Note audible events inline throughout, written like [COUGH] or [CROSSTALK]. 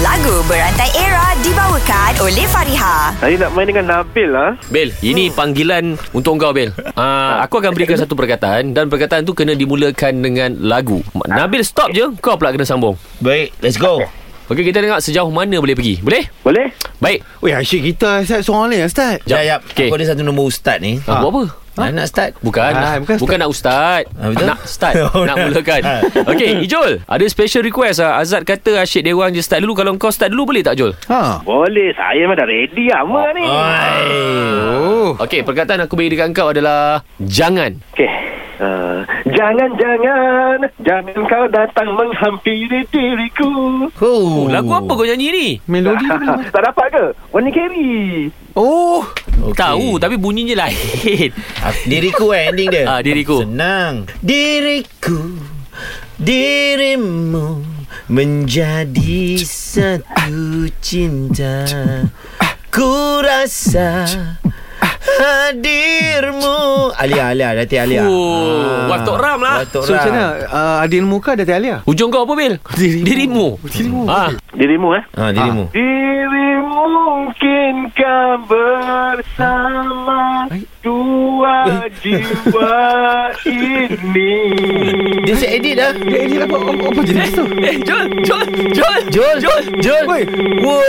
Lagu Berantai Era dibawakan oleh Fariha. Saya nak main dengan Nabil lah. Bil, Hmm. ini panggilan untuk kau Bil. Uh, Ah. aku akan berikan satu perkataan dan perkataan tu kena dimulakan dengan lagu. Nabil stop je, kau pula kena sambung. Baik, let's go. Okey, kita tengok sejauh mana boleh pergi. Boleh? Boleh? Baik. Weh Asyik kita Ustaz seorang ni Ustaz Jap, jap. Okay. Aku ada satu nombor ustaz ni. Ha. Nak buat apa? Ha? Nak start? Bukan. bukan, Ah, bukan bukan nak ustaz. Ah, betul? Nak [LAUGHS] start. Oh, nak dah. mulakan. Ah. Okey, Ijul. Ada special request ah. Azad kata Asyik dia orang je start dulu. Kalau kau start dulu boleh tak, Jul? Ha Boleh. Saya memang dah ready lah. Apa ni? Oi. Oh Okey, perkataan aku bagi dekat kau adalah jangan. Okey. Uh, jangan, jangan. Jangan kau datang menghampiri diriku. Oh, lagu apa kau nyanyi ni? Melodi tu boleh tak dapat ke? Warna carry. Oh Okey. Tahu tapi bunyinya [LAUGHS] lain. Ah, Diriku eh ending dia. Ah, diriku. Senang. Diriku. Dirimu menjadi satu cinta. Ku rasa hadirmu. Alia, Alia, Dati Alia. Oh, Watok Ram lah. Watok So Ram. macam mana uh, Adil Muka Datuk Alia Hujung kau apa Bil? Dirimu. Dirimu. Dirimu. Ha. Dirimu eh? Ha, dirimu. Ah. Diri mungkinkah bersama dua jiwa [LAUGHS] ini? Dia set edit dah. Eh Adil apa apa- Apa jenis tu Eh, Jol, Jol, Jol. Jol, Jol, Jol. Weh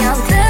yang terbaik.